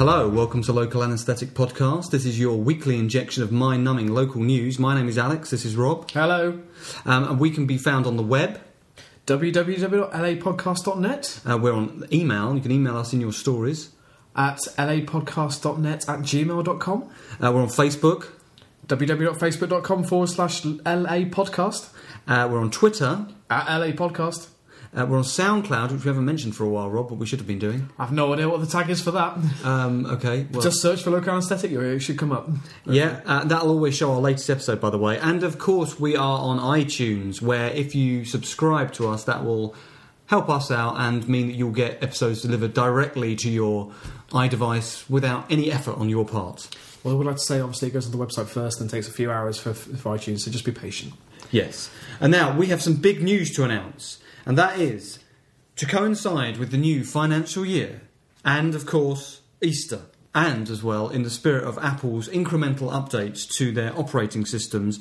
Hello, welcome to Local Anesthetic Podcast. This is your weekly injection of mind numbing local news. My name is Alex, this is Rob, Hello. um, and we can be found on the web. www.lapodcast.net Uh, we're on email, you can email us in your stories. at lapodcast.net at gmail.com. Uh, we're on Facebook, www.facebook.com forward slash lapodcast uh, we're on Twitter, at lapodcast. uh, we're on SoundCloud, which we haven't mentioned for a while, Rob, but we should have been doing. I've no idea what the tag is for that. Um, okay, well, Just search for local anesthetic, it should come up. yeah, uh, that'll always show our latest episode, by the way. And of course, we are on iTunes, where if you subscribe to us, that will help us out and mean that you'll get episodes delivered directly to your iDevice without any effort on your part. Well, I would like to say, obviously, it goes on the website first and takes a few hours for, for iTunes, so just be patient. Yes. And now we have some big news to announce, and that is to coincide with the new financial year, and of course, Easter. And as well, in the spirit of Apple's incremental updates to their operating systems,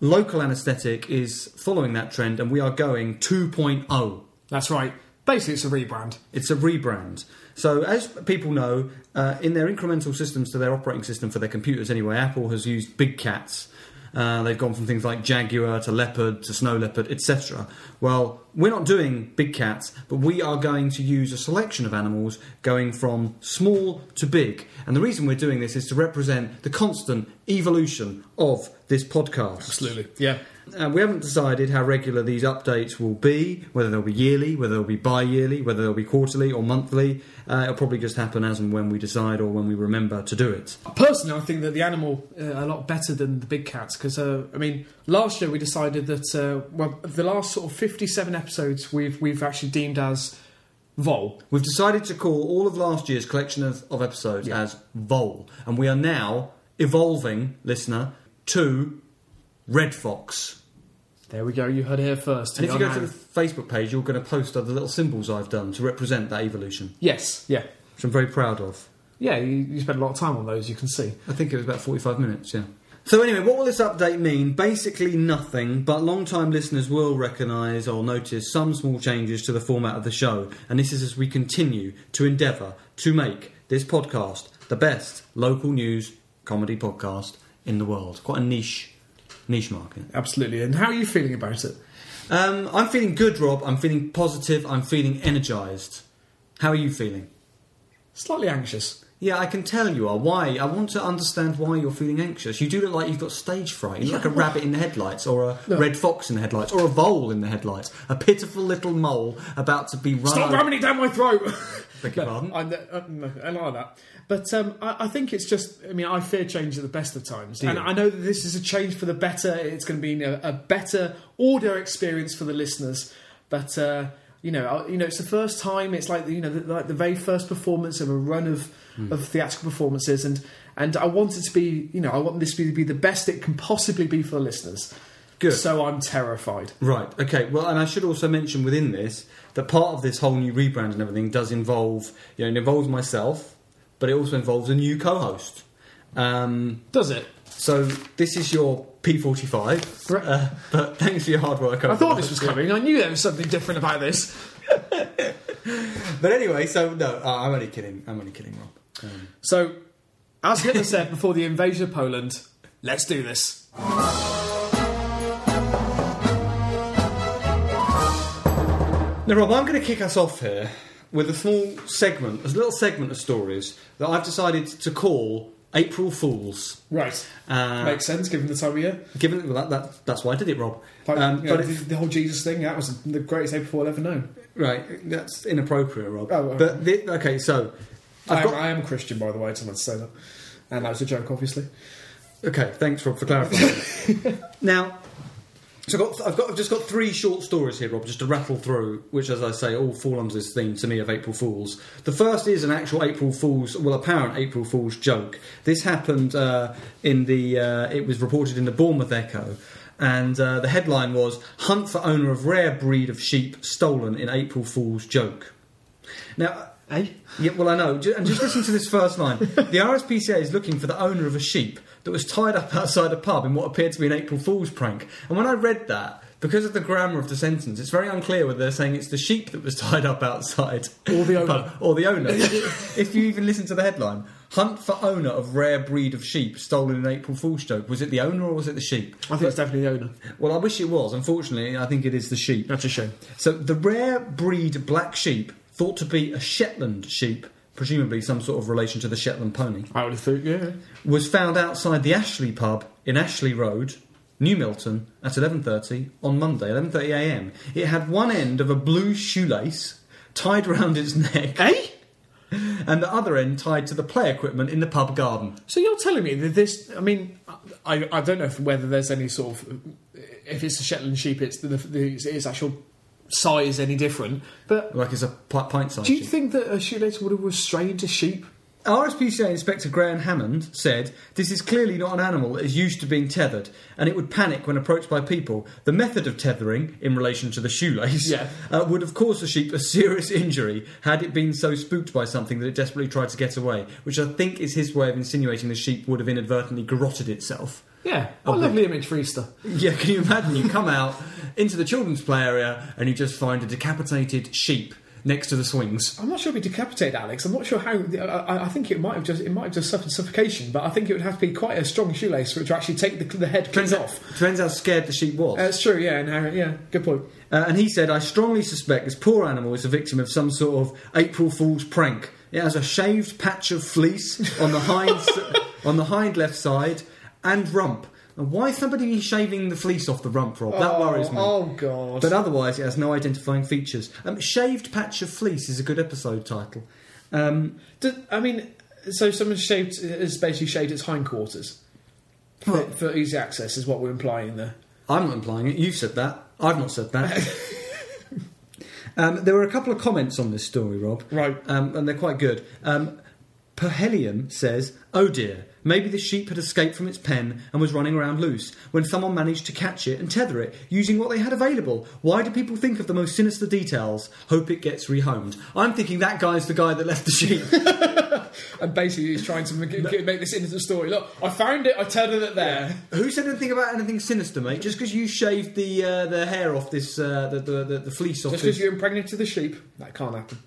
local anesthetic is following that trend, and we are going oh. 2.0. That's right. Basically, it's a rebrand. It's a rebrand. So, as people know, uh, in their incremental systems to their operating system for their computers, anyway, Apple has used big cats. Uh, they've gone from things like Jaguar to Leopard to Snow Leopard, etc. Well, we're not doing big cats, but we are going to use a selection of animals going from small to big. And the reason we're doing this is to represent the constant evolution of this podcast. Absolutely. Yeah. Uh, we haven't decided how regular these updates will be, whether they'll be yearly, whether they'll be bi yearly, whether they'll be quarterly or monthly. Uh, it'll probably just happen as and when we decide or when we remember to do it. Personally, I think that the animal uh, are a lot better than the big cats because uh, I mean, last year we decided that uh, well, the last sort of fifty-seven episodes we've we've actually deemed as Vol. We've decided to call all of last year's collection of, of episodes Yeah. as Vol, and we are now evolving, listener, to Red Fox. There we go. You heard it here first. And if you We go are to the now- Facebook page, you're going to post other little symbols I've done to represent that evolution, yes, yeah, which I'm very proud of. yeah, you, you spent a lot of time on those. You can see. I think it was about 45 minutes, yeah. So, anyway, what will this update mean? Basically, nothing, but long time listeners will recognise or notice some small changes to the format of the show. And this is as we continue to endeavour to make this podcast the best local news comedy podcast in the world. Quite a niche. Niche market. Absolutely. And how are you feeling about it? Um, I'm feeling good, Rob. I'm feeling positive. I'm feeling energised. How are you feeling? Slightly anxious. Yeah, I can tell you are. Why? I want to understand why you're feeling anxious. You do look like you've got stage fright. You look like a rabbit in the headlights, or a Look. red fox in the headlights, or a vole in the headlights. A pitiful little mole about to be run. Stop over- ramming it down my throat. Oh. Beg your pardon? I, uh, no, I like that. But um, I, I think it's just, I mean, I fear change at the best of times. Do you? And I know that this is a change for the better. It's going to be a, a better audio experience for the listeners. But, uh, you know, I, you know, it's the first time. It's like the, you know, the, like the very first performance of a run of, Hmm. of theatrical performances, and and I want it to be, you know, I want this to be, be the best it can possibly be for the listeners. Good. So I'm terrified. Right. Okay. Well, and I should also mention within this that part of this whole new rebrand and everything does involve, you know, it involves myself, but it also involves a new co-host. Um, Does it? so this is your P45. Right. Uh, but thanks for your hard work. I thought this was coming. I knew there was something different about this. But anyway, so no, uh, I'm only kidding. I'm only kidding, Rob. Um, So, as Hitler said before the invasion of Poland, let's do this. Now, Rob, I'm going to kick us off here with a small segment, a little segment of stories that I've decided to call April Fools. Right. Uh, Makes sense given the time of year. Given well, that, that, that's why I did it, Rob. Like, Um, you know, but the, it, the whole Jesus thing, that was the greatest day before I've ever known. right, that's inappropriate, Rob. Oh, okay. But the, okay, so I, I've am got I am a Christian, by the way, I just wanted to say that. And that was a joke, obviously. Okay, thanks Rob for clarifying. now, so I've got, I've got I've just got three short stories here, Rob, just to rattle through, which, as I say, all fall under this theme to me of April Fools. The first is an actual April Fools, well, apparent April Fools joke. This happened uh, in the uh, it was reported in the Bournemouth Echo. And uh, the headline was "Hunt for owner of rare breed of sheep stolen in April Fool's joke." Now, Eh? yeah, well, I know. Ju- And just listen to this first line. The RSPCA is looking for the owner of a sheep that was tied up outside a pub in what appeared to be an April Fool's prank. And when I read that, because of the grammar of the sentence, it's very unclear whether they're saying it's the sheep that was tied up outside Or the owner. Pardon, or the owner. if you even listen to the headline, hunt for owner of rare breed of sheep stolen in April Fool's joke. Was it the owner or was it the sheep? I think it's definitely the owner. Well, I wish it was. Unfortunately, I think it is the sheep. That's a shame. So the rare breed black sheep, thought to be a Shetland sheep, presumably some sort of relation to the Shetland pony, I would have thought, yeah. was found outside the Ashley pub in Ashley Road, New Milton, at 11:30 on Monday, 11:30 a.m. It had one end of a blue shoelace tied round its neck Eh? and the other end tied to the play equipment in the pub garden. So you're telling me that this? I mean, I, I don't know if, whether there's any sort of if it's a Shetland sheep, it's the, the its actual size any different. But Like it's a pi- pint-sized do you sheep. think that a shoelace would have restrained a sheep? RSPCA Inspector Graham Hammond said, This is clearly not an animal that is used to being tethered, and it would panic when approached by people. The method of tethering, in relation to the shoelace, Yeah. uh, would have caused the sheep a serious injury had it been so spooked by something that it desperately tried to get away, which I think is his way of insinuating the sheep would have inadvertently garroted itself. Yeah, what a lovely image for Easter. Yeah, can you imagine? You come out into the children's play area and you just find a decapitated sheep next to the swings. I'm not sure if he decapitated Alex. I'm not sure how. I, I- I think it might have just it might have just suffered suffocation, but I think it would have to be quite a strong shoelace for it to actually take the, the head clean off. Depends how scared the sheep was. That's true. Yeah, and how, yeah, good point. Uh, and he said, I strongly suspect this poor animal is a victim of some sort of April Fool's prank. It has a shaved patch of fleece on the hind, on the hind left side and rump. And why is somebody be shaving the fleece off the rump, Rob? That oh, worries me. Oh god. But otherwise, it has no identifying features. Um, shaved patch of fleece is a good episode title. Um, Do- I mean, so someone shaved has basically shaved its hindquarters for, Well- for easy access, is what we're implying there. I'm not implying it. You've said that. I've not said that. um, there were a couple of comments on this story, Rob. Right. um, and they're quite good. Um, Perhelium says, "Oh dear, maybe the sheep had escaped from its pen and was running around loose when someone managed to catch it and tether it using what they had available. Why do people think of the most sinister details? Hope it gets rehomed. I'm thinking that guy's the guy that left the sheep. And basically, he's trying to make, make this innocent story. Look, I found it. I tethered it there. Who said anything about anything sinister, mate? Just because you shaved the uh, the hair off this uh, the, the, the the fleece off Just this, because you impregnated the sheep, that can't happen.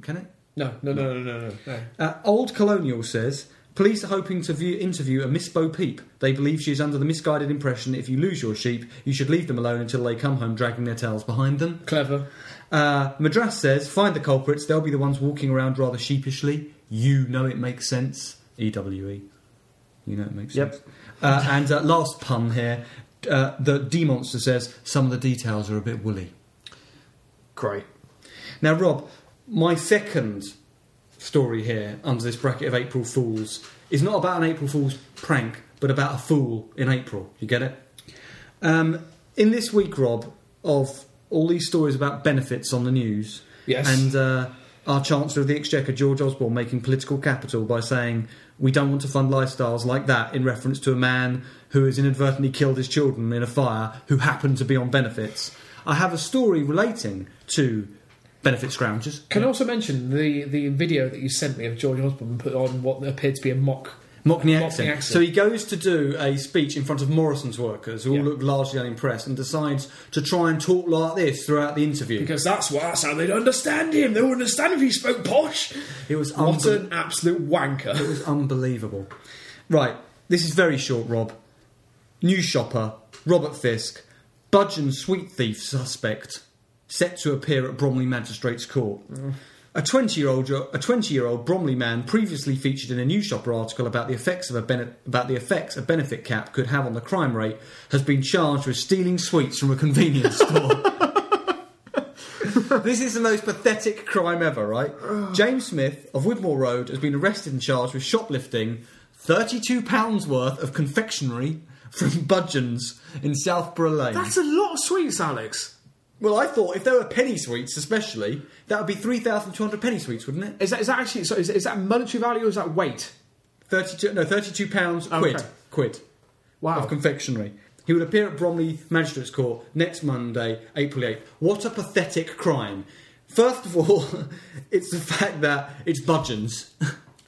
can it? No, no, no, no, no, no. no. Uh, Old Colonial says, Police are hoping to view, interview a Miss Bo Peep. They believe she is under the misguided impression that if you lose your sheep, you should leave them alone until they come home dragging their tails behind them. Clever. Uh, Madras says, Find the culprits, they'll be the ones walking around rather sheepishly. You know it makes sense. EWE. You know it makes Yep. sense. Uh, and uh, last pun here. Uh, the D Monster says, Some of the details are a bit woolly. Great. Now, Rob, my second story here under this bracket of April Fools is not about an April Fool's prank, but about a fool in April. You get it? Um, in this week, Rob, of all these stories about benefits on the news, Yes. and uh, our Chancellor of the Exchequer, George Osborne, making political capital by saying, We don't want to fund lifestyles like that in reference to a man who has inadvertently killed his children in a fire who happened to be on benefits. I have a story relating to benefit scroungers. Can I also mention the, the video that you sent me of George Osborne put on what appeared to be a mock. Mockney Mockney accent. accent. So he goes to do a speech in front of Morrison's workers, who Yeah. all look largely unimpressed, and decides to try and talk like this throughout the interview. Because that's what that's how they'd understand him. They would understand if he spoke posh. it was What unbel- an absolute wanker. it was unbelievable. Right, this is very short, Rob. New shopper Robert Fisk, budgeon sweet thief suspect, set to appear at Bromley Magistrates Court. A 20-year-old, a 20-year-old Bromley man previously featured in a New Shopper article about the effects of a bene- about the effects a benefit cap could have on the crime rate has been charged with stealing sweets from a convenience store. this is the most pathetic crime ever, right? James Smith of Widmore Road has been arrested and charged with shoplifting £32 worth of confectionery from Budgeons in Southborough Lane. That's a lot of sweets, Alex. well, I thought if there were penny sweets, especially, that would be 3,200 penny sweets, wouldn't it? Is that, is that actually so? Is, is that monetary value or is that weight? 32 no, 32 pounds quid. Okay. Quid. Wow. of confectionery. He will appear at Bromley Magistrates Court next Monday, April 8th. What a pathetic crime. First of all, it's the fact that it's budgeons.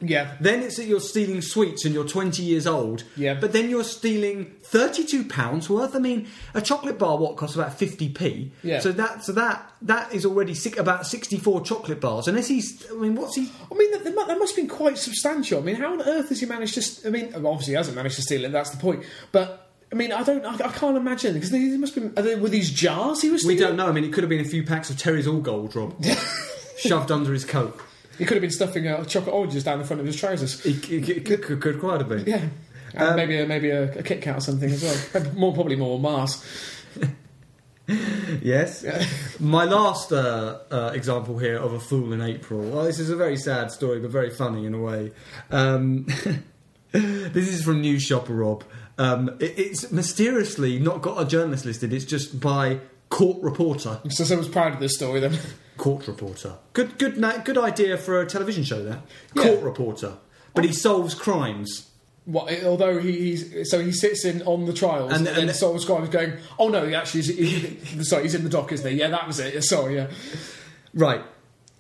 Yeah. Then it's that you're stealing sweets and you're 20 years old. Yeah. But then you're stealing 32 pounds worth. I mean, a chocolate bar what costs about 50p. Yeah. So that so that that is already six, about 64 chocolate bars. Unless he's, I mean, what's he? I mean, that, that mu- that must have been quite substantial. I mean, how on earth has he managed to? St- I mean, obviously he hasn't managed to steal it. That's the point. But I mean, I don't. I, I can't imagine because they, they must be. Are they, were these jars he was? We Stealing? don't know. I mean, it could have been a few packs of Terry's All Gold, Rob, shoved under his coat. He could have been stuffing uh, chocolate oranges down the front of his trousers. It, it, it could, could, could quite have been. Yeah. And Um, maybe a, maybe a, a Kit Kat or something as well. more probably more Mars. Yes. My last uh, uh, example here of a fool in April. Well, this is a very sad story, but very funny in a way. Um, this is from News Shopper Rob. Um, it, it's mysteriously not got a journalist listed. It's just by court reporter. So someone's proud of this story then. Court reporter. Good, good, na- good idea for a television show. There. Yeah. Court reporter. But he solves crimes. What, although he, he's so he sits in on the trials And- and, and- then Saul Squire was going, oh no, he actually, is, he, sorry, he's in the dock, isn't he? Yeah, that was it. Sorry, yeah. Right.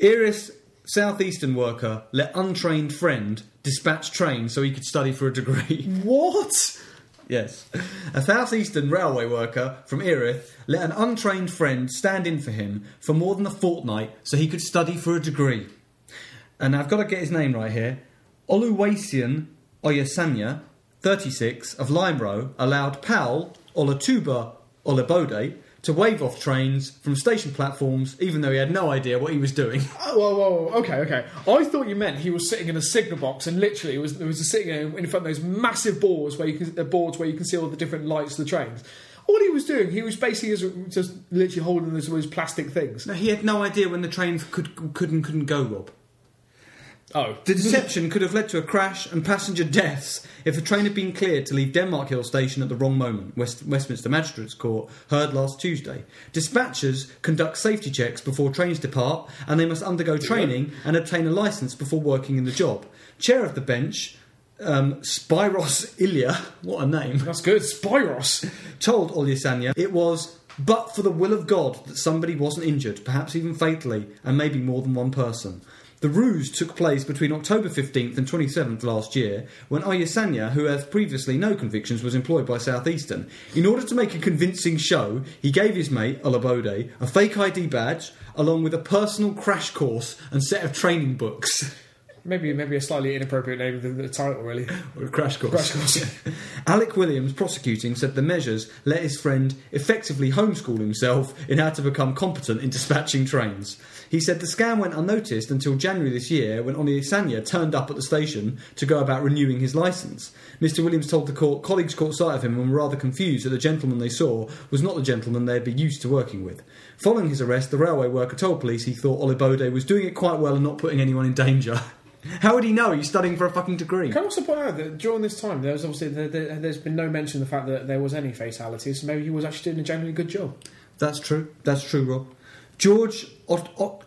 Iris, southeastern worker, let untrained friend dispatch train so he could study for a degree. What? Yes. A southeastern railway worker from Erith let an untrained friend stand in for him for more than a fortnight so he could study for a degree. And I've got to get his name right here. Oluwasian Oyesanya, 36, of Lime Row, allowed Powell, Olatuba Olabode to wave off trains from station platforms even though he had no idea what he was doing. Oh, whoa, whoa, whoa, okay, okay. I thought you meant he was sitting in a signal box and literally was there was a sitting in in front of those massive boards where you can uh, boards where you can see all the different lights of the trains. All he was doing, he was basically just, just literally holding those, those plastic things. No, he had no idea when the train could, could and couldn't go, Rob. Oh, The deception could have led to a crash and passenger deaths if the train had been cleared to leave Denmark Hill Station at the wrong moment, West, Westminster Magistrates Court heard last Tuesday. Dispatchers conduct safety checks before trains depart and they must undergo training and obtain a licence before working in the job. Chair of the bench, um, Spiros Ilya, what a name, that's good. Spyros. told Olyasanya it was but for the will of God that somebody wasn't injured, perhaps even fatally, and maybe more than one person. The ruse took place between October 15th and 27th last year when Ayasanya, who has previously no convictions, was employed by Southeastern. In order to make a convincing show, he gave his mate, Olabode, a fake ID badge along with a personal crash course and set of training books. Maybe maybe a slightly inappropriate name for the, the title, really. Or a crash course. Crash course. Alec Williams, prosecuting, said the measures let his friend effectively homeschool himself in how to become competent in dispatching trains. He said the scam went unnoticed until January this year when Oni Sanya turned up at the station to go about renewing his licence. Mr Williams told the court colleagues caught sight of him and were rather confused that the gentleman they saw was not the gentleman they had been used to working with. Following his arrest, the railway worker told police he thought Olibode was doing it quite well and not putting anyone in danger. How would he know? He's studying for a fucking degree. Can I also point out that during this time, there was obviously there, there, has been no mention of the fact that there was any fatalities. So maybe he was actually doing a genuinely good job. That's true. That's true, Rob. George, Ot- Ot-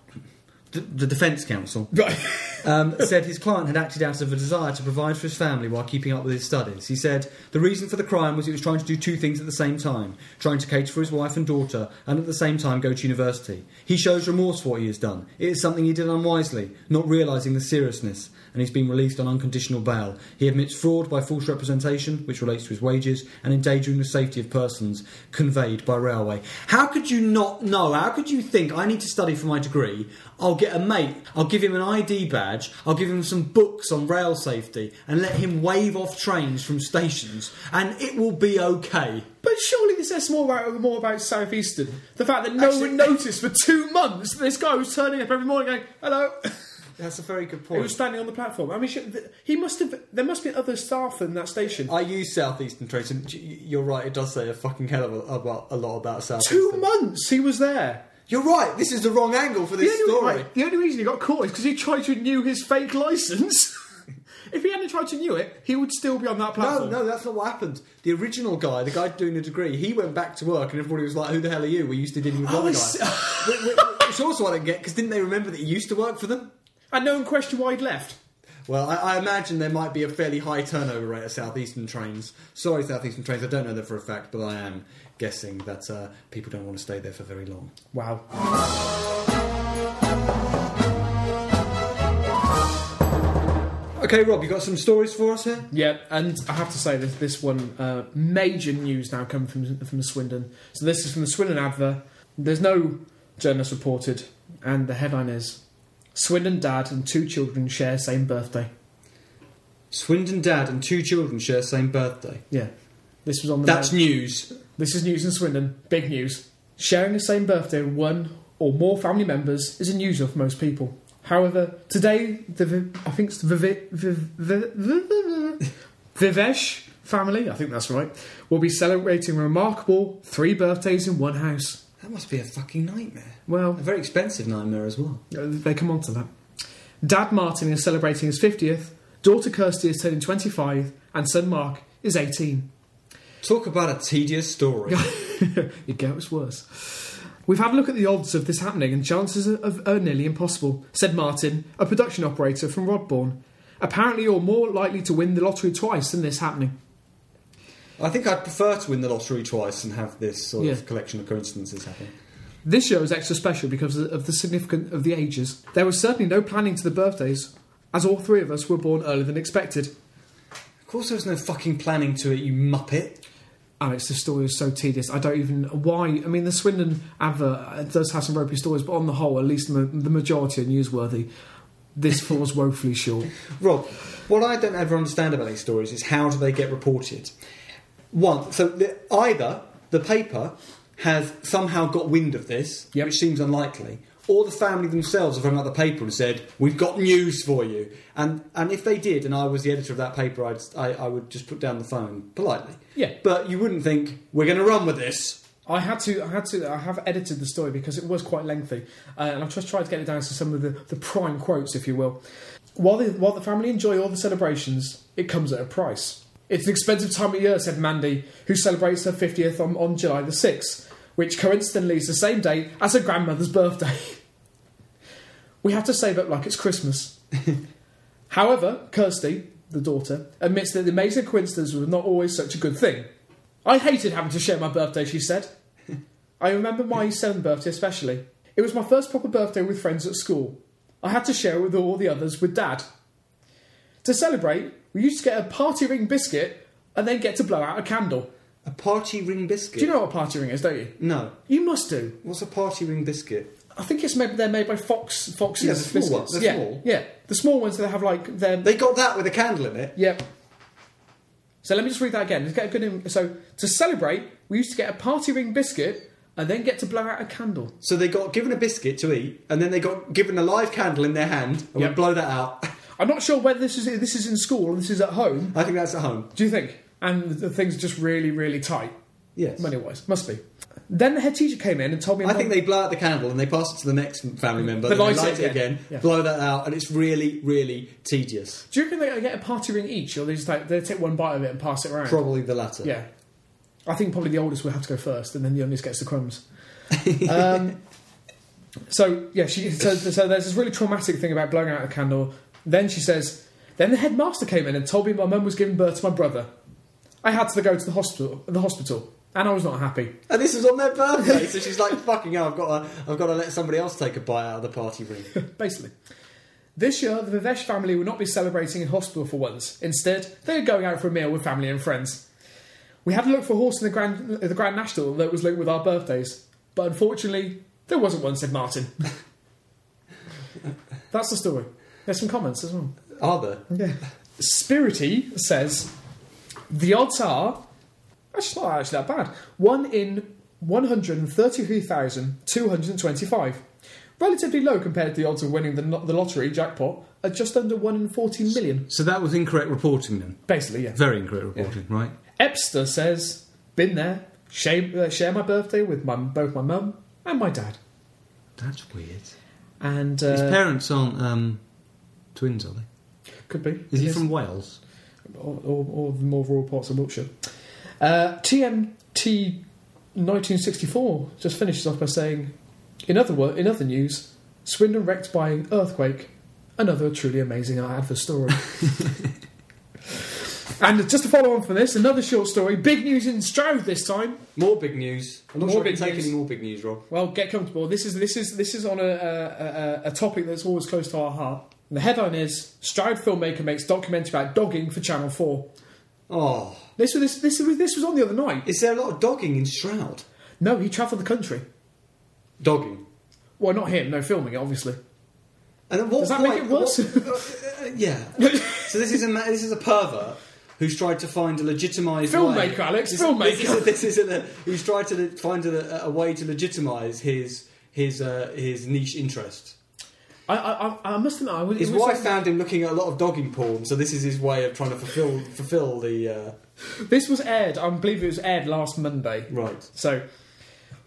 the, the defence counsel, Right. um, said his client had acted out of a desire to provide for his family while keeping up with his studies. He said the reason for the crime was he was trying to do two things at the same time trying to cater for his wife and daughter, and at the same time go to university. He shows remorse for what he has done. It is something he did unwisely, not realising the seriousness, and he's been released on unconditional bail. He admits fraud by false representation, which relates to his wages, and endangering the safety of persons conveyed by railway. How could you not know? How could you think I need to study for my degree? I'll get a mate, I'll give him an ID badge, I'll give him some books on rail safety, and let him wave off trains from stations, and it will be okay. But surely this says more about more about Southeastern. The fact that no Actually- one noticed for two months that this guy was turning up every morning going, "Hello." That's a very good He point. was standing on the platform. I mean, shit, th- he must have. There must be other staff in that station. I use Southeastern Trains, and y- you're right, it does say a fucking hell of a, about, a lot about Southeastern. Two months he was there. You're right, this is the wrong angle for this the only, story. right, the only reason he got caught is because he tried to renew his fake license. if he hadn't tried to renew it, he would still be on that No, platform. no, that's not what happened. The original guy, the guy doing the degree, he went back to work, and everybody was like, "Who the hell are you?" We used to dealing with Oh, other I guys. see. Wh- wh- Which also I don't get because didn't they remember that he used to work for them? And no one questioned why he'd left. Well, I, I imagine there might be a fairly high turnover rate at Southeastern trains. Sorry, Southeastern trains, I don't know that for a fact, but I am guessing that uh, people don't want to stay there for very long. Wow. Okay, Rob, you got some stories for us here? Yeah, and I have to say this this one uh, major news now coming from from Swindon. So this is from the Swindon Adver. There's no journalist reported, and the headline is Swindon dad and two children share same birthday. Swindon dad and two children share same birthday. Yeah, this was on the. That's news. This is news in Swindon. Big news. Sharing the same birthday with one or more family members is unusual for most people. However, today, the Vi- I think it's the Vivi- Viv- Viv- Viv- Vivesh family, I think that's right, will be celebrating a remarkable three birthdays in one house. That must be a fucking nightmare. A Well, very expensive nightmare as well. they come on to that. Dad Martin is celebrating his 50th, daughter Kirsty is turning 25, and son Mark is 18. Talk about a tedious story. it gets worse. We've had a look at the odds of this happening, and chances are, are nearly impossible, said Martin, a production operator from Rodbourne. Apparently, you're more likely to win the lottery twice than this happening. I think I'd prefer to win the lottery twice and have this sort Yeah. of collection of coincidences happen. This show is extra special because of the significance of the ages. There was certainly no planning to the birthdays, as all three of us were born earlier than expected. Of course, there was no fucking planning to it, you muppet. Alex, this story is so tedious. I don't even why. I mean, the Swindon advert uh, does have some ropey stories, but on the whole, at least ma- the majority are newsworthy. This falls woefully short. Rob, what I don't ever understand about these stories is how do they get reported? One, so the, either the paper has somehow got wind of this, Yep. which seems unlikely, or the family themselves have rung up the paper and said, "We've got news for you." And and if they did, and I was the editor of that paper, I'd, I I would just put down the phone politely. Yeah. But you wouldn't think we're going to run with this. I had to, I had to, I have edited the story because it was quite lengthy, uh, and I've just tried to get it down to some of the, the prime quotes, if you will. While the, while the family enjoy all the celebrations, it comes at a price. It's an expensive time of year, said Mandy, who celebrates her 50th on, on July the 6th, which coincidentally is the same day as her grandmother's birthday. we have to save up like it's Christmas. However, Kirsty, the daughter, admits that the amazing coincidence was not always such a good thing. I hated having to share my birthday, she said. I remember my seventh birthday especially. It was my first proper birthday with friends at school. I had to share it with all the others with Dad. To celebrate, we used to get a party ring biscuit and then get to blow out a candle. A party ring biscuit. Do you know what a party ring is, don't you? No. You must do. What's a party ring biscuit? I think it's made, they're made by Fox Fox's Yeah, the small biscuits. ones, they're yeah, small. yeah, the small ones that have like their They got that with a candle in it. Yep. So let me just read that again. Let's get a good. So to celebrate, we used to get a party ring biscuit and then get to blow out a candle. So they got given a biscuit to eat, and then they got given a live candle in their hand, and Yep. we blow that out. I'm not sure whether this is this is in school or this is at home. I think that's at home. Do you think? And the thing's just really, really tight Yes. money wise. Must be. Then the head teacher came in and told me. I think they blow out the candle and they pass it to the next family member. They then light they it light it again. again, Yeah. blow that out, and it's really, really tedious. Do you reckon they get a party ring each, or they just like they take one bite of it and pass it around? Probably the latter. Yeah. I think probably the oldest will have to go first, and then the youngest gets the crumbs. um, so yeah, she so, so there's this really traumatic thing about blowing out a candle. Then she says, then the headmaster came in and told me my mum was giving birth to my brother. I had to go to the hospital, the hospital, and I was not happy. And this was on their birthday, so she's like, "Fucking hell, I've got to, I've got to let somebody else take a bite out of the party ring." Basically, this year the Vivesh family will not be celebrating in hospital for once. Instead, they are going out for a meal with family and friends. We had a look for a horse in the Grand the Grand National that was linked with our birthdays, but unfortunately, there wasn't one," said Martin. That's the story. There's some comments as well. Are there? Yeah. Spirity says the odds are that's not actually that bad. One in one hundred and thirty-three thousand two hundred and twenty-five. Relatively low compared to the odds of winning the, the lottery jackpot at just under one in forty million. So that was incorrect reporting, then. Basically, yeah. Very incorrect reporting, right? Epster says, "Been there. Share, uh, share my birthday with my, both my mum and my dad." That's weird. And His uh, parents aren't um, twins, are they? could be Is he from Wales? or, or, or the more rural parts of Wiltshire. Uh, TMT 1964 just finishes off by saying, in other wor- in other news, Swindon wrecked by earthquake. Another truly amazing advert story. and just to follow on from this, another short story. Big news in Stroud this time. More big news. I'm not More sure I big can take news. any more big news, Rob. Well, get comfortable. This is this is this is on a a, a, a topic that's always close to our heart. And the headline is Stroud filmmaker makes documentary about dogging for Channel 4. Oh, This was, this, this was, this was on the other night. is there a lot of dogging in Shroud? No, he travelled the country. Dogging. Well, not him, no filming, obviously. And at what Does that point, make it worse? at what- uh, yeah. so this is a ma- this is a pervert who's tried to find a legitimised way- Filmmaker, Alex, This, filmmaker. This is, a, this is a, who's tried to le- find a, a way to legitimise his his uh, his niche interest. I, I, I- I must admit, I was. His it was wife found him looking at a lot of dogging porn, so this is his way of trying to fulfil fulfil the uh, This was aired, I believe it was aired last Monday. right. So,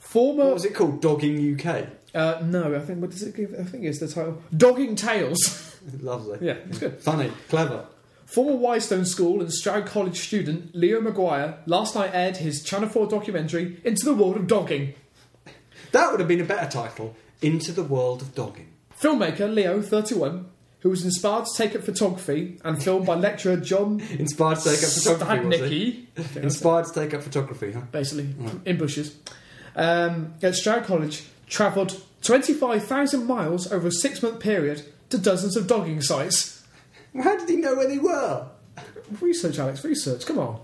former. What was it called? Dogging UK. Uh, no, I think what does it give? I think it's the title. Dogging Tales. Lovely. yeah, it's good. Funny, clever. Former Wystone School and Stroud College student Leo Maguire last night aired his Channel 4 documentary Into the World of Dogging. That would have been a better title. Into the world of dogging. Filmmaker Leo, 31, who was inspired to take up photography and filmed by lecturer John Inspired to take up photography. Was it? Stadnicki, Inspired to take up photography, huh? basically, in bushes, um, at Stroud College, travelled 25,000 miles over a six month period to dozens of dogging sites. How did he know where they were? Research, Alex, research, come on.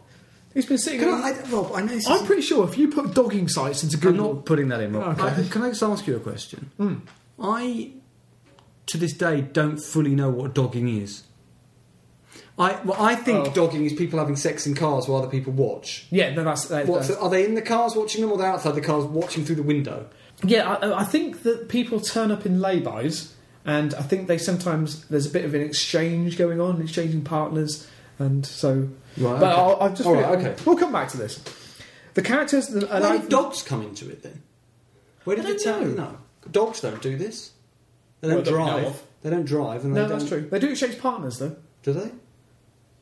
He's been sitting. Can I, I, Rob, I know this I'm is- pretty sure if you put dogging sites into I'm Google, not putting that in, Rob. Okay. I- can I just ask you a question? I, to this day, don't fully know what dogging is. I, well, I think Oh. dogging is people having sex in cars while other people watch. yeah, no, that's, that- uh, What's that's- the- are they in the cars watching them, or they're outside the cars watching through the window? yeah. I, I think that people turn up in laybys, and I think they sometimes there's a bit of an exchange going on, exchanging partners, and so. Right. But I'll, I'll just All right, okay. We'll come back to this. The characters that Where allow- did dogs come into it then? Where did I the don't town? No, dogs don't do this. They don't Well, that we know drive. of. They don't drive, and they No, don't. that's true. They do exchange partners, though. Do they?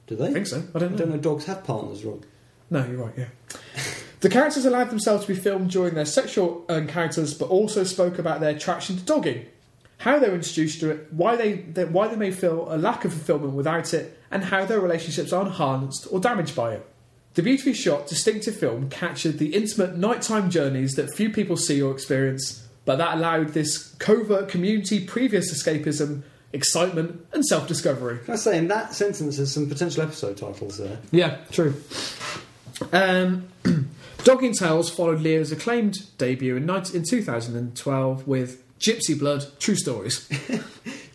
Do they? I think so. I don't I know. don't know. Dogs have partners, Rob. No, you're right. Yeah. the characters allowed themselves to be filmed during their sexual encounters, but also spoke about their attraction to dogging, how they were introduced to it, why they, they why they may feel a lack of fulfillment without it, and how their relationships are enhanced or damaged by it. The beautifully shot, distinctive film captured the intimate nighttime journeys that few people see or experience, but that allowed this covert community previous escapism, excitement, and self discovery. Can I say, in that sentence, there's some potential episode titles there. Yeah, true. Um, Dogging Tales followed Leo's acclaimed debut in, 19, in 2012 with Gypsy Blood True Stories.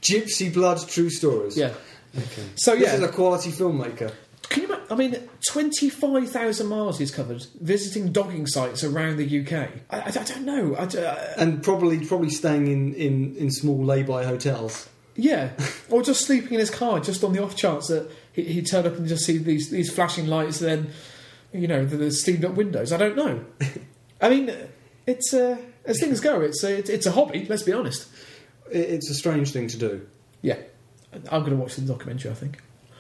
Gypsy Blood True Stories. Yeah. Okay. So, This is yeah. a quality filmmaker. Can you ma- I mean, 25,000 miles he's covered visiting dogging sites around the UK. I, I, I don't know. I d uh, And probably probably staying in, in, in small lay by hotels. yeah. or just sleeping in his car just on the off chance that he, he'd turn up and just see these, these flashing lights, then, you know, the, the steamed up windows. I don't know. I mean, it's, uh, as things go, it's a, it's a hobby, let's be honest. I- It's a strange thing to do. Yeah, I'm going to watch the documentary. I think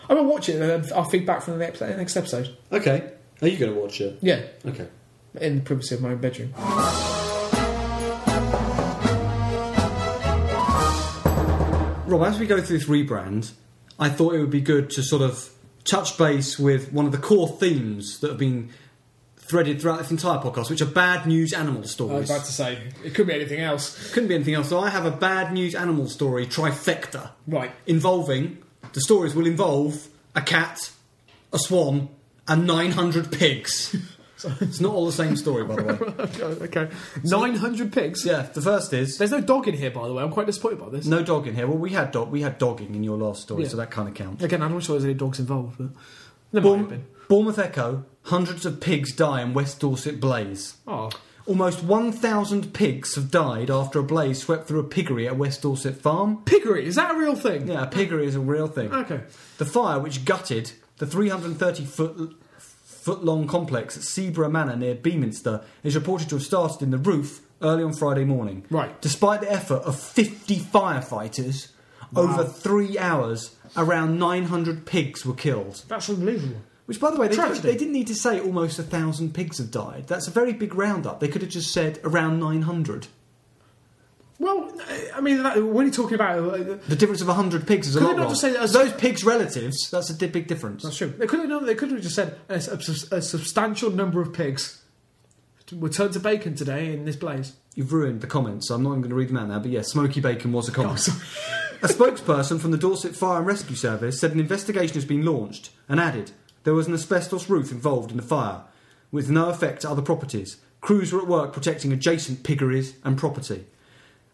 I'm going to watch it and then I'll feed back from the next, next episode. Okay. Are you going to watch it? Yeah, Okay. in the privacy of my own bedroom. Rob, as we go through this rebrand, I thought it would be good to sort of touch base with one of the core themes that have been threaded throughout this entire podcast, which are bad news animal I was stories. about to say it could be anything else. Couldn't be anything else. So I have a bad news animal story trifecta. Right. involving the stories will involve a cat, a swan, and 900 pigs. it's not all the same story, by the way. okay. Nine hundred pigs. Yeah, the first is There's no dog in here, by the way. I'm quite disappointed by this. no dog in here. Well, we had dog, we had dogging in your last story, Yeah. so that kind of counts. Again, I'm not sure there's any dogs involved, but there might have Bourne- been. Bournemouth Echo: Hundreds of pigs die in West Dorset blaze. Oh, Almost 1,000 pigs have died after a blaze swept through a piggery at West Dorset Farm. piggery is that a real thing? Yeah, a piggery is a real thing. Okay. The fire, which gutted the 330 foot, foot long complex at Seaborough Manor near Beaminster, is reported to have started in the roof early on Friday morning. Right. Despite the effort of 50 firefighters, over three hours, around 900 pigs were killed. That's unbelievable. Which, by the way, they, Tragedy. they didn't need to say almost a thousand pigs have died. That's a very big roundup. They could have just said around 900. Well, I mean, that, when you're talking about, uh, The difference of 100 pigs is a Could they lot. not Rob. just say that as- Those pigs' relatives, that's a di- big difference. that's true. They could have known, they could have just said a, sub- a substantial number of pigs were turned to bacon today in this blaze. You've ruined the comments, so I'm not even going to read them out now. But yeah, Smoky Bacon was a comment. A spokesperson from the Dorset Fire and Rescue Service said an investigation has been launched and added there was an asbestos roof involved in the fire, with no effect to other properties. Crews were at work protecting adjacent piggeries and property.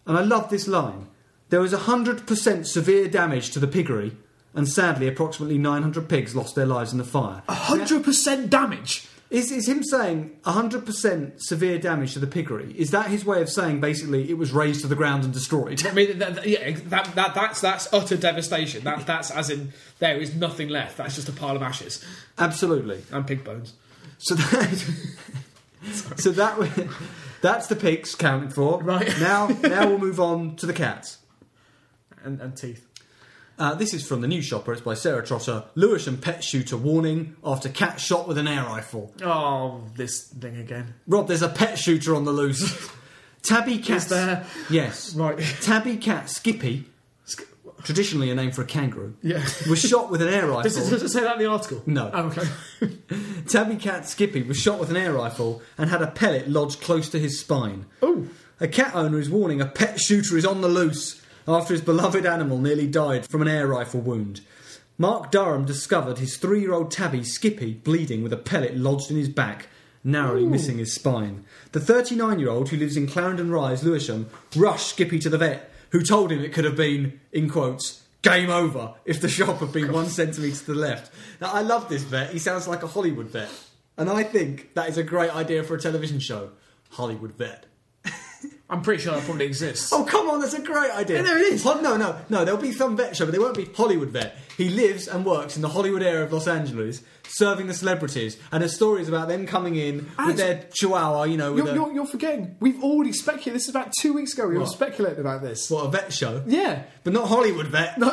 And I love this line. There was 100% severe damage to the piggery, and sadly, approximately 900 pigs lost their lives in the fire. hundred percent damage. Is, is him saying 100% severe damage to the piggery? Is that his way of saying basically it was raised to the ground and destroyed? I mean, that, that- yeah, that, that, that's that's utter devastation. That, that's as in there is nothing left. That's just a pile of ashes Absolutely. and pig bones. So that, so that we- that's the pigs counted for. Right. now, now we'll move on to the cats. And, and teeth. Uh, this is from the New Shopper. It's by Sarah Trotter. Lewisham pet shooter warning after cat shot with an air rifle. Oh, this thing again. Rob, there's a pet shooter on the loose. Tabby cat. Is there? Yes. Right. Tabby cat Skippy, traditionally a name for a kangaroo, Yeah. was shot with an air rifle. Does it, does it say that in the article? No. Oh, okay. Tabby cat Skippy was shot with an air rifle and had a pellet lodged close to his spine. Oh, A cat owner is warning a pet shooter is on the loose after his beloved animal nearly died from an air rifle wound. Mark Durham discovered his three year old tabby, Skippy, bleeding with a pellet lodged in his back, narrowly missing his spine. The 39 year old, who lives in Clarendon Rise, Lewisham, rushed Skippy to the vet, who told him it could have been, in quotes, game over if the shop had been one centimetre to the left. Now, I love this vet. He sounds like a Hollywood vet. And I think that is a great idea for a television show Hollywood vet. I'm pretty sure that probably exists. Oh come on, that's a great idea. there it is. Hol- no, no, no. There'll be some vet show, but they won't be Hollywood vet. He lives and works in the Hollywood area of Los Angeles, serving the celebrities, and has stories about them coming in with Alex- their chihuahua. You know, with you're, a, you're, you're forgetting. We've already speculated. This is about two weeks ago. We all What? speculated about this. what a vet show, Yeah. but not Hollywood vet. No.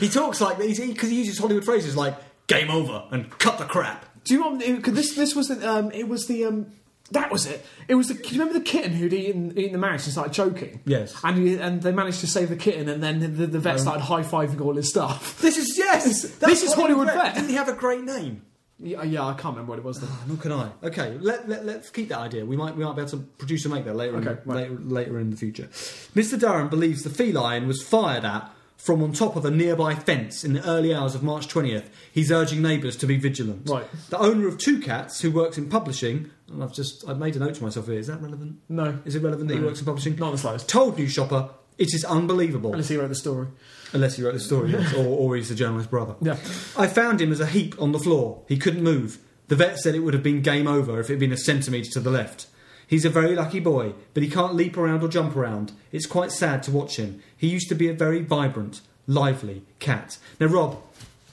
he talks like because he, 'cause he uses Hollywood phrases like "game over" and "cut the crap." Do you remember? Because this this was the um, it was the um, that was it. It was the. Do you remember the kitten who'd eaten, eaten the mouse and started choking? Yes. And he, and they managed to save the kitten, and then the, the vet started high fiving all his stuff. This is yes. this is Hollywood vet. Didn't he have a great name? Yeah, yeah, I can't remember what it was. Then. Nor can I. Okay, let, let, let's keep that idea. We might we might be able to produce and make that later, in, Okay, right. later later in the future. Mr. Durham believes the feline was fired at from on top of a nearby fence in the early hours of March 20th. He's urging neighbours to be vigilant. Right. The owner of Two Cats, who works in publishing, and I've just I've made a note to myself here. Is that relevant? No, Is it relevant that he No. works in publishing? not in the slightest. Told New Shopper, it is unbelievable. Unless he wrote the story. Unless he wrote the story, yes, or, or he's the journalist's brother. Yeah. I found him as a heap on the floor. He couldn't move. The vet said it would have been game over if it had been a centimetre to the left. He's a very lucky boy, but he can't leap around or jump around. It's quite sad to watch him. He used to be a very vibrant, lively cat. Now, Rob,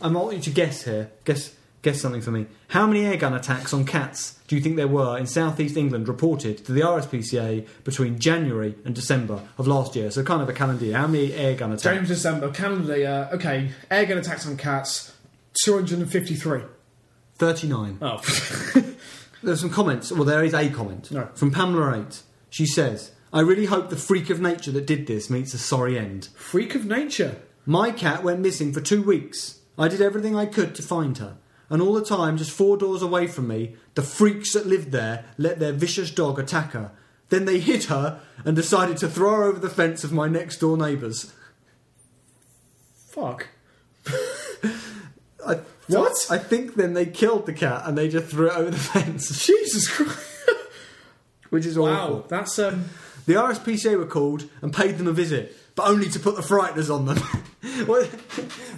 I want you to guess here. Guess, guess something for me. How many airgun attacks on cats do you think there were in southeast England reported to the RSPCA between January and December of last year? So, kind of a calendar year. How many airgun attacks? James December, Canada. Uh, okay, air gun attacks on cats. Two hundred and fifty-three. 39. Oh, There's some comments. Well, there is a comment No. from Pamela 8. She says, I really hope the freak of nature that did this meets a sorry end. freak of nature. My cat went missing for two weeks. I did everything I could to find her. And all the time, just four doors away from me, the freaks that lived there let their vicious dog attack her. Then they hit her and decided to throw her over the fence of my next door neighbours. Fuck. I, What? I think then they killed the cat and they just threw it over the fence, Jesus Christ. which is awful. Wow, that's um. The RSPCA were called and paid them a visit, but only to put the frighteners on them. What-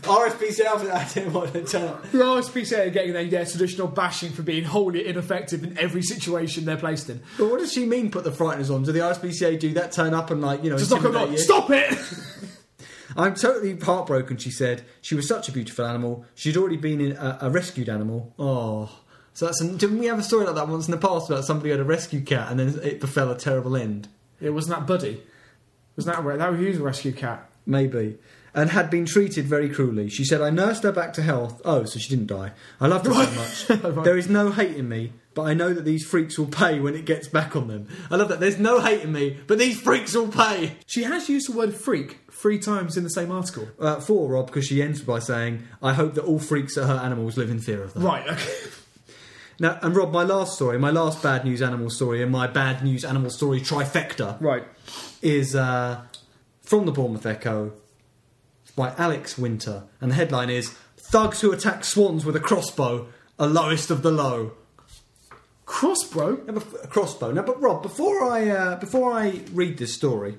RSPCA after that didn't want to turn up. The RSPCA are getting their, their traditional bashing for being wholly ineffective in every situation they're placed in. But what does she mean? Put the frighteners on? Do the RSPCA do that? Turn up and like you know? Just knock on the intimidate door. you? Stop it! I'm totally heartbroken. She said she was such a beautiful animal. She'd already been in a, a rescued animal. Oh. So that's an, didn't we have a story like that once in the past about somebody who had a rescue cat and then it befell a terrible end? It wasn't that Buddy. Wasn't that where that was a rescue cat? Maybe. And had been treated very cruelly. She said, I nursed her back to health. Oh, so she didn't die. I loved her so much. Right. There is no hate in me, but I know that these freaks will pay when it gets back on them. I love that. There's no hate in me, but these freaks will pay. She has used the word freak three times in the same article. Uh, four, Rob, because she ends by saying, I hope that all freaks that hurt animals live in fear of them. Right, okay. Now, and Rob, my last story, my last bad news animal story, and my bad news animal story trifecta Right. is uh, from the Bournemouth Echo by Alex Winter, and the headline is Thugs Who Attack Swans with a Crossbow are Lowest of the Low. Crossbow? Now, bef- a crossbow. Now, but Rob, before I uh, before I read this story,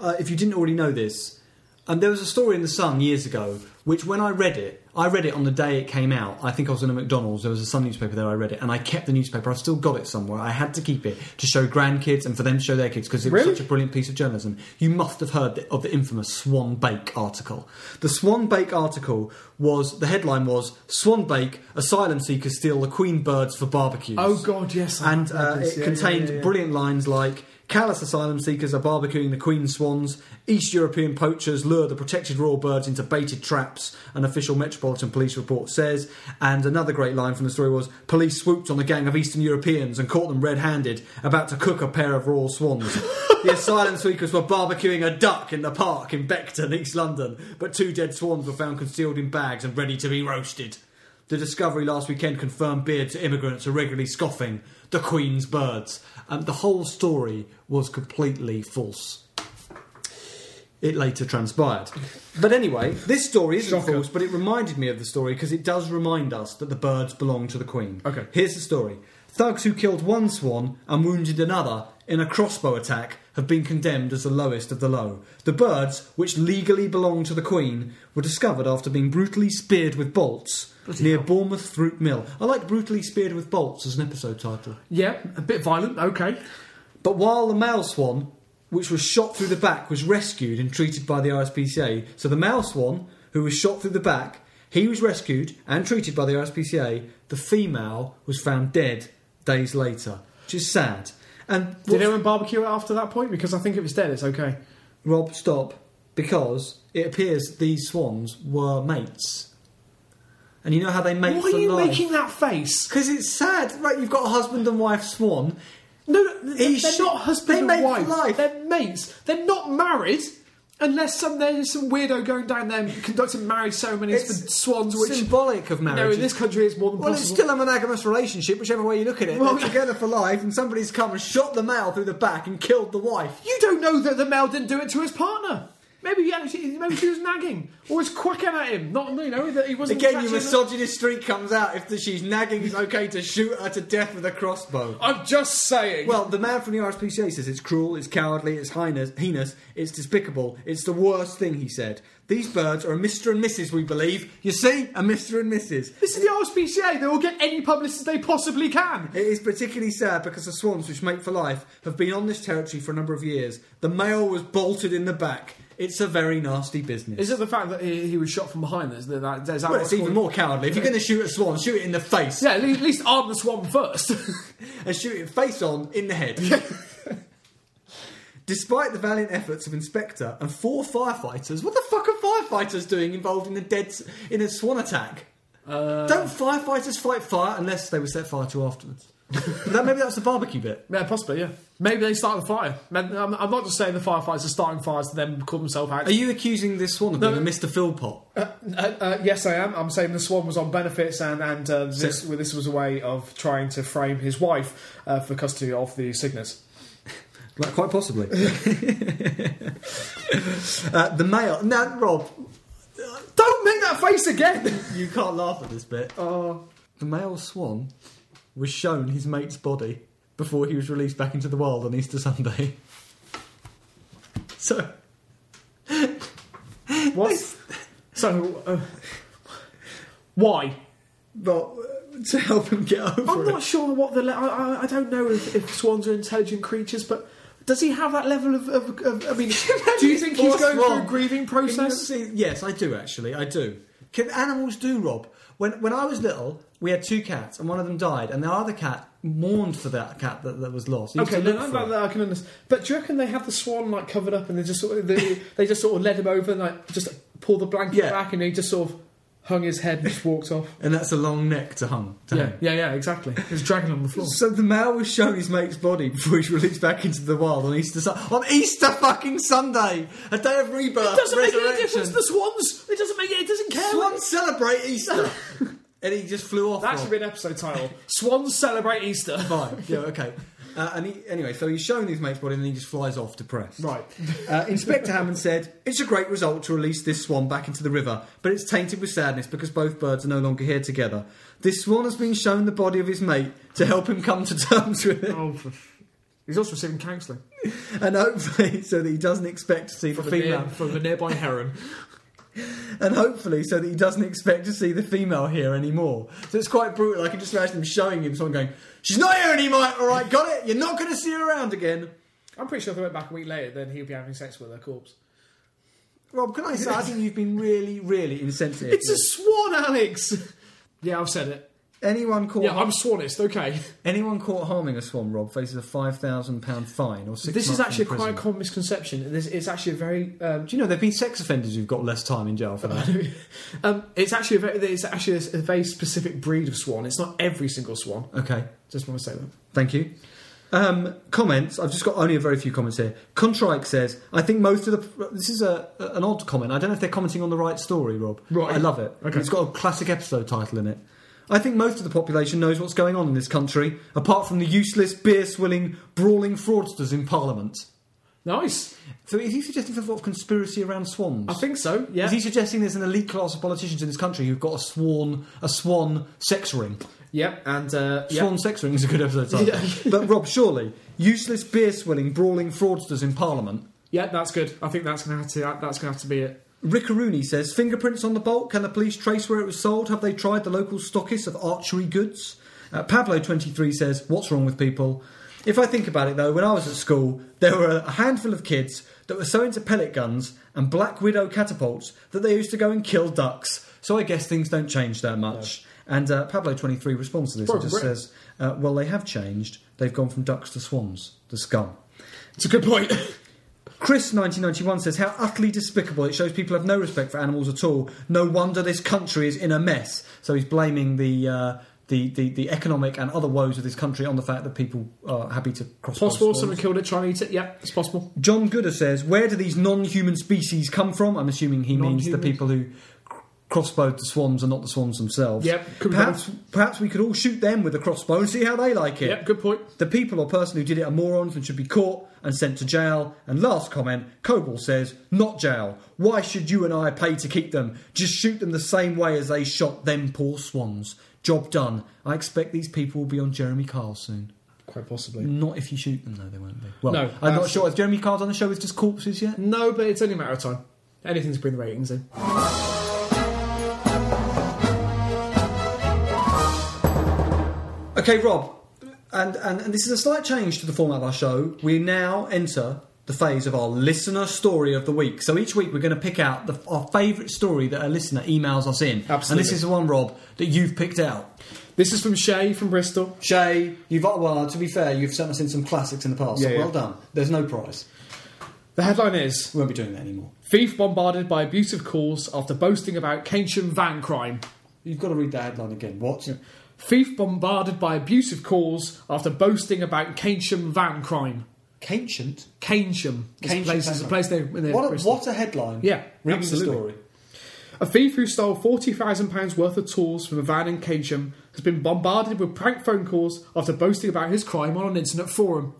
uh, if you didn't already know this, um, there was a story in the Sun years ago, which when I read it, I read it on the day it came out. I think I was in a McDonald's. There was a Sun newspaper there. I read it, and I kept the newspaper. I've still got it somewhere. I had to keep it to show grandkids and for them to show their kids because it was Really? such a brilliant piece of journalism. You must have heard the, of the infamous Swan Bake article. The Swan Bake article was the headline was Swan Bake asylum seekers steal the queen birds for barbecues Oh god, yes. I and have heard uh, this. it Yeah, contained yeah, yeah, yeah. brilliant lines like callous asylum seekers are barbecuing the queen swans east european poachers lure the protected royal birds into baited traps an official metropolitan police report says and another great line from the story was police swooped on a gang of eastern europeans and caught them red-handed about to cook a pair of royal swans the asylum seekers were barbecuing a duck in the park in beckton east london but two dead swans were found concealed in bags and ready to be roasted the discovery last weekend confirmed beards to immigrants are regularly scoffing the Queen's birds. Um, the whole story was completely false. It later transpired. But anyway, this story isn't Shocker. false, but it reminded me of the story because it does remind us that the birds belong to the Queen. Okay. Here's the story Thugs who killed one swan and wounded another in a crossbow attack have been condemned as the lowest of the low. The birds, which legally belong to the Queen, were discovered after being brutally speared with bolts near Bournemouth Fruit Mill. I like brutally speared with bolts as an episode title. Yeah, a bit violent, okay. But while the male swan, which was shot through the back, was rescued and treated by the RSPCA, so the male swan, who was shot through the back, he was rescued and treated by the RSPCA. The female was found dead days later, which is sad. And Did anyone barbecue it after that point? Because I think if it's dead, it's okay. Rob, stop, because it appears these swans were mates. And you know how they mate Why for are you life? making that face? Because it's sad, right? You've got a husband and wife swan. No, no they're, He's they're sh- not husband they mate and for wife. life. They're mates. They're not married. Unless some there's some weirdo going down there and conducting marriage ceremonies for It's swans, which symbolic of you marriage. know, in this country is more than Well, possible. it's still a monogamous relationship, whichever way you look at it. Well, They're together for life, and somebody's come and shot the male through the back and killed the wife. You don't know that the male didn't do it to his partner. Maybe he actually, maybe she was nagging or was quacking at him. Not you know that he wasn't. Again, your actually- misogynist streak comes out. If the, she's nagging, it's okay to shoot her to death with a crossbow. I'm just saying. Well, the man from the RSPCA says it's cruel, it's cowardly, it's heinous, heinous, it's despicable, it's the worst thing, he said. These birds are a Mr. and Mrs., we believe. You see? A Mr. and Mrs. This is the RSPCA. They will get any publicity they possibly can. It is particularly sad because the swans, which mate for life, have been on this territory for a number of years. The male was bolted in the back. It's a very nasty business. Is it the fact that he, he was shot from behind? Is that, that, is that Well, what's it's even called- more cowardly. If you're going to shoot a swan, shoot it in the face Yeah, at least- at least arm the swan first. and shoot it face on in the head. Despite the valiant efforts of Inspector and four firefighters, what the fuck are firefighters doing involved in a dead s- in a swan attack? Uh. Don't firefighters fight fire unless they were set fire to afterwards? that, maybe that's the barbecue bit. yeah, possibly. Yeah, maybe they start the fire. Man, I'm, I'm not just saying the firefighters are starting fires to then call themselves out. Are you accusing this swan of being a Mr. Philpot? Uh, uh, yes, I am. I'm saying the Swan was on benefits, and and uh, this well, this was a way of trying to frame his wife uh, for custody of the Cygnus. Like, quite possibly. uh, the male. Now, Rob, Don't make that face again. you can't laugh at this bit. Oh. Uh, The male swan was shown his mate's body before he was released back into the wild on Easter Sunday. So, What? so, uh, why? well, uh, to help him get over I'm it. not sure what the. Le- I, I, I don't know if, if swans are intelligent creatures, but does he have that level of? of, of I mean, do you think he's Poor going swan. through a grieving Can you process? see- yes, I do actually. I do. Can animals do, Rob? When when I was little, we had two cats, and one of them died, and the other cat mourned for that cat that, that was lost. He used Okay, to no, look no, for that, it. that I can understand. But do you reckon they have the swan like covered up, and they just sort of, they, they just sort of led him over, and like just pull the blanket Yeah. back, and he just sort of hung his head and just walked off. and that's a long neck to hung. To Yeah, hang. yeah, yeah, exactly. He was dragging on the floor. So the male was shown his mate's body before he was released back into the wild on Easter Sun- on Easter fucking Sunday, a day of rebirth, It doesn't make resurrection. any difference. The swans. It doesn't make it. It doesn't care. Swans celebrate Easter, and he just flew off. That should be an episode title. Swans celebrate Easter. Rob. fine. Yeah, okay. Uh, and he, anyway, so he's shown his mate's body and then he just flies off depressed. Right. Uh, Inspector Hammond said, It's a great result to release this swan back into the river, but it's tainted with sadness because both birds are no longer here together. This swan has been shown the body of his mate to help him come to terms with it Oh, for f- He's also receiving counselling and hopefully so that he doesn't expect to see the From the, near, female from the nearby heron. and hopefully so that he doesn't expect to see the female here anymore. So it's quite brutal. I can just imagine him showing him someone going, She's not here anymore, alright, got it? You're not gonna see her around again. I'm pretty sure if they went back a week later, then he'd be having sex with her corpse. Rob, can I say I think you've been really, really insensitive. It's a swan, Alex! Yeah, I've said it. anyone caught Yeah, I'm swanist, okay. anyone caught harming a swan, Rob, faces a five thousand pound fine or six. This is months in actually quite a prison. common misconception. This, it's actually a very. Um, Do you know there've been sex offenders who've got less time in jail for that? um, it's actually a very, it's actually a, a very specific breed of swan. It's not every single swan. okay. Just want to say that. Thank you. Um, comments. I've just got only a very few comments here. Contrike says, "I think most of the this is a an odd comment. I don't know if they're commenting on the right story, Rob. Right. I love it. Okay. It's got a classic episode title in it. I think most of the population knows what's going on in this country, apart from the useless, beer-swilling, brawling fraudsters in Parliament. Nice. So, is he suggesting some sort of conspiracy around swans? I think so. Yeah. Is he suggesting there's an elite class of politicians in this country who've got a sworn a swan sex ring? Yep. And uh, yeah. Swan sex ring is a good episode title. but Rob, surely useless beer swilling, brawling fraudsters in Parliament. Yeah, that's good. I think that's gonna have to. That's gonna have to be it. Rickarooney says fingerprints on the bolt. Can the police trace where it was sold? Have they tried the local stockist of archery goods? Uh, Pablo twenty three says, "What's wrong with people?" If I think about it though, when I was at school, there were a handful of kids that were so into pellet guns and Black Widow catapults that they used to go and kill ducks. So I guess things don't change that much. And uh, Pablo twenty three responds to this and Probably just right. says, uh, "Well, they have changed. They've gone from ducks to swans. The scum." It's a good point. Chris1991 says, How utterly despicable. It shows people have no respect for animals at all. No wonder this country is in a mess. So he's blaming the. Uh, the, the, the economic and other woes of this country on the fact that people are happy to cross possible borders. someone killed it, trying to eat it. Yep, it's possible. John Gooder says, Where do these non human species come from? I'm assuming he means the Non-human. people who cr- crossbowed the swans and not the swans themselves. Yep, could be Perhaps, perhaps we could all shoot them with a crossbow and see how they like it. Yep, good point. The people or person who did it are morons and should be caught and sent to jail. And last comment, Coble says, not jail. Why should you and I pay to keep them? Just shoot them the same way as they shot them poor swans. Job done. I expect these people will be on Jeremy Kyle soon. Quite possibly. Not if you shoot them, though, they won't be. Well, No, I'm not that's- sure. Has Jeremy Kyle done a show with just corpses yet? No, but it's only a matter of time. Anything to bring the ratings in. Okay, Rob, and, and, and this is a slight change to the format of our show. We now enter the phase of our listener story of the week. So each week we're going to pick out the, our favourite story that a listener emails us in. And Absolutely. this is the one, Rob, that you've picked out. This is from Shay from Bristol. Shay, you've well. To be fair, you've sent us in some classics in the past. so Yeah, yeah. well done. There's no prize. The headline is We won't be doing that anymore. Thief bombarded by abusive calls after boasting about Keynsham van crime. You've got to read that headline again. What? Thief bombarded by abusive calls after boasting about Keynsham van crime. Cancient. Keynsham. It's a Keynsham place, van it's a crime. place there in there. What a, what a headline. Yeah, Read me the absolutely. story. A thief who stole £40,000 worth of tools from a van in Keynsham has been bombarded with prank phone calls after boasting about his crime on an internet forum.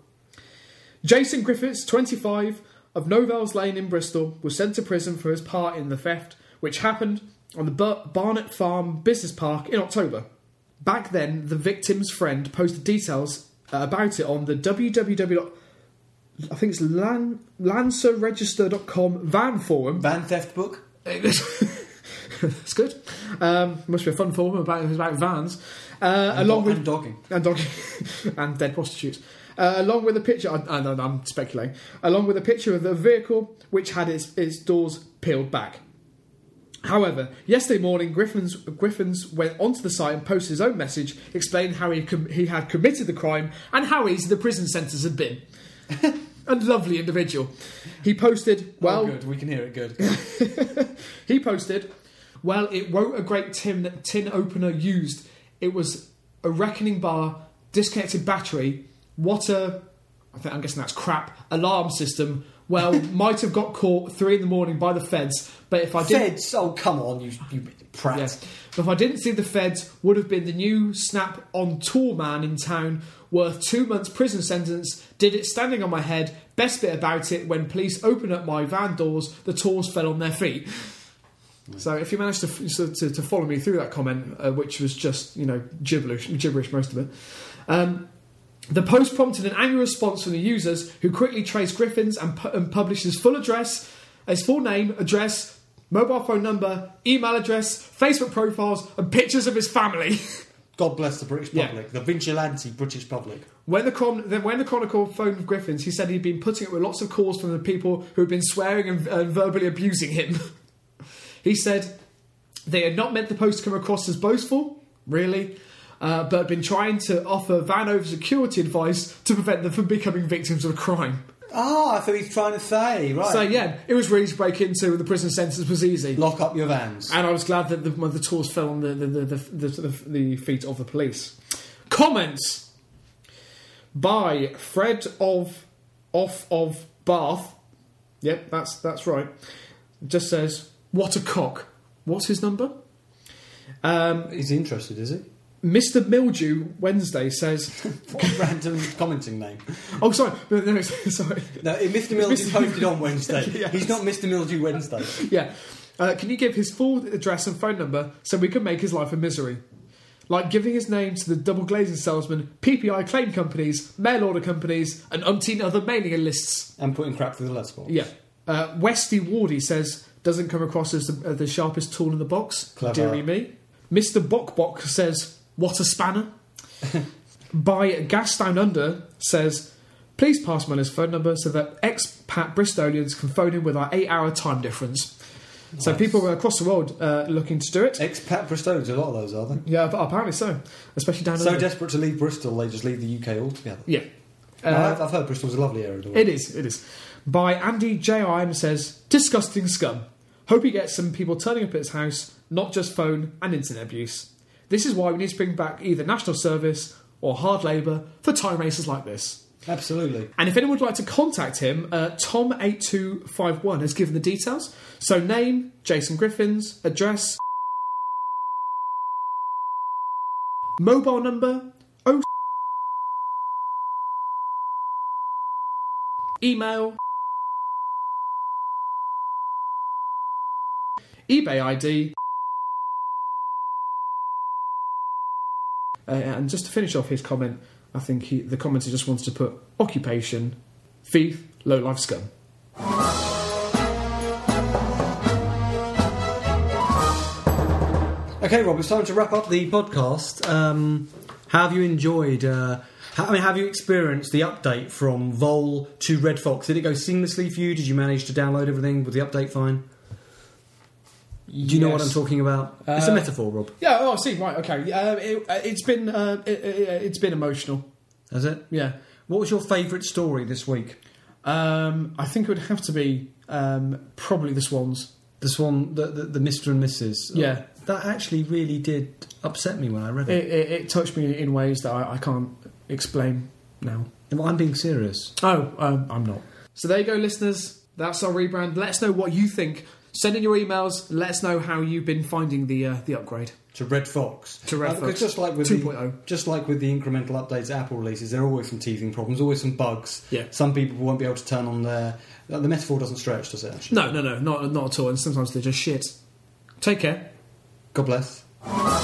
Jason Griffiths, 25, of Novell's Lane in Bristol, was sent to prison for his part in the theft, which happened on the Bar- Barnet Farm Business Park in October. Back then, the victim's friend posted details uh, about it on the www. I think it's lan- lancerregister.com van forum. Van theft book. That's good. Um, must be a fun forum about about vans, uh, along and with dogging. and dog and dead prostitutes, uh, along with a picture. I, I, know, I'm speculating. Along with a picture of the vehicle which had its its doors peeled back. However, yesterday morning, Griffins Griffins went onto the site and posted his own message, explaining how he com- he had committed the crime and how easy the prison sentence had been. a lovely individual. He posted, "Well, oh, good. We can hear it. Good. he posted, "Well, it won't a great tin tin opener used. It was a reckoning bar, disconnected battery. What a I think I'm guessing that's crap alarm system. well, might have got caught three in the morning by the feds, but if I did. Feds, oh come on, you you prat. Yeah. But if I didn't see the feds, would have been the new snap on tour man in town, worth two months prison sentence, did it standing on my head. Best bit about it, when police opened up my van doors, the tours fell on their feet. So if you managed to, so to, to follow me through that comment, uh, which was just, you know, gibberish, gibberish most of it, um, the post prompted an angry response from the users, who quickly traced Griffin's and, pu- and published his full address, his full name, address, mobile phone number, email address, Facebook profiles, and pictures of his family. God bless the British Yeah. public, the vigilante British public. When the, chron- then when the Chronicle phoned Griffins, he said he'd been putting up with lots of calls from the people who had been swearing and, and verbally abusing him. he said they had not meant the post to come across as boastful, really, uh, but had been trying to offer Vanover security advice to prevent them from becoming victims of crime. Ah, I thought he was trying to say right. So yeah, it was really to break into. The prison sentence was easy. Lock up your vans. And I was glad that the, when the tours fell on the, the, the, the, the, the feet of the police. Comments by Fred of off of Bath. Yep, that's that's right. Just says, "What a cock." What's his number? Um, He's interested, is he? Mr. Mildew Wednesday says, What a random commenting name. "Oh, sorry, no, no, sorry." No, if Mr. Mildew posted on Wednesday. Yes. He's not Mr. Mildew Wednesday. Yeah. Uh, can you give his full address and phone number so we can make his life a misery? Like giving his name to the double glazing salesman, PPI claim companies, mail order companies, and umpteen other mailing lists. And putting crap through the letterbox. Yeah. Uh, Westy Wardy says, doesn't come across as the, uh, the sharpest tool in the box. Clever. Deary me. Mr. Bokbok says, what a spanner. By Gas Down Under says, please pass Miller's phone number so that expat Bristolians can phone in with our eight hour time difference. So people were across the world uh, looking to do it. Expat Bristones, a lot of those, are they? Yeah, but apparently so, especially down So under. desperate to leave Bristol, they just leave the UK altogether. yeah, Now, uh, I've, I've heard Bristol's a lovely area. to work. it is. It is. By Andy JIM says disgusting scum. Hope he gets some people turning up at his house, not just phone and internet abuse. This is why we need to bring back either national service or hard labour for time racers like this. Absolutely. And if anyone would like to contact him, uh, Tom8251 has given the details. So name, Jason Griffin's, address, mobile number, oh, email, eBay ID. Uh, and just to finish off his comment, I think he, the commenter just wants to put occupation, thief, low life scum. Okay, Rob, it's time to wrap up the podcast. Um, have you enjoyed? Uh, ha- I mean, have you experienced the update from Vol to Red Fox? Did it go seamlessly for you? Did you manage to download everything? Was the update fine? Do you know what I'm Yes. talking about? it's a Uh, metaphor, Rob. Yeah. Oh, I see. Right. Okay. Uh, it, uh, it's been uh, it, it, it's been emotional. Is it? Yeah. What was your favourite story this week? Um, I think it would have to be um, probably the Swans. This one, the, the, the Mr. and Mrs. Yeah. That actually really did upset me when I read it. It, it, it touched me in ways that I, I can't explain now. Well, I'm being serious. Oh, um, I'm not. So there you go, listeners. That's our rebrand. Let us know what you think. Send in your emails. Let us know how you've been finding the uh, the upgrade. To Red Fox. To Red Uh, because Just Fox. oh. like with the, 2.0. just like with the incremental updates that Apple releases, there are always some teething problems, always some bugs. Yeah. Some people won't be able to turn on their. uh, The metaphor doesn't stretch, does it? Actually? No, no, no, not not at all. And sometimes they're just shit. Take care. God bless.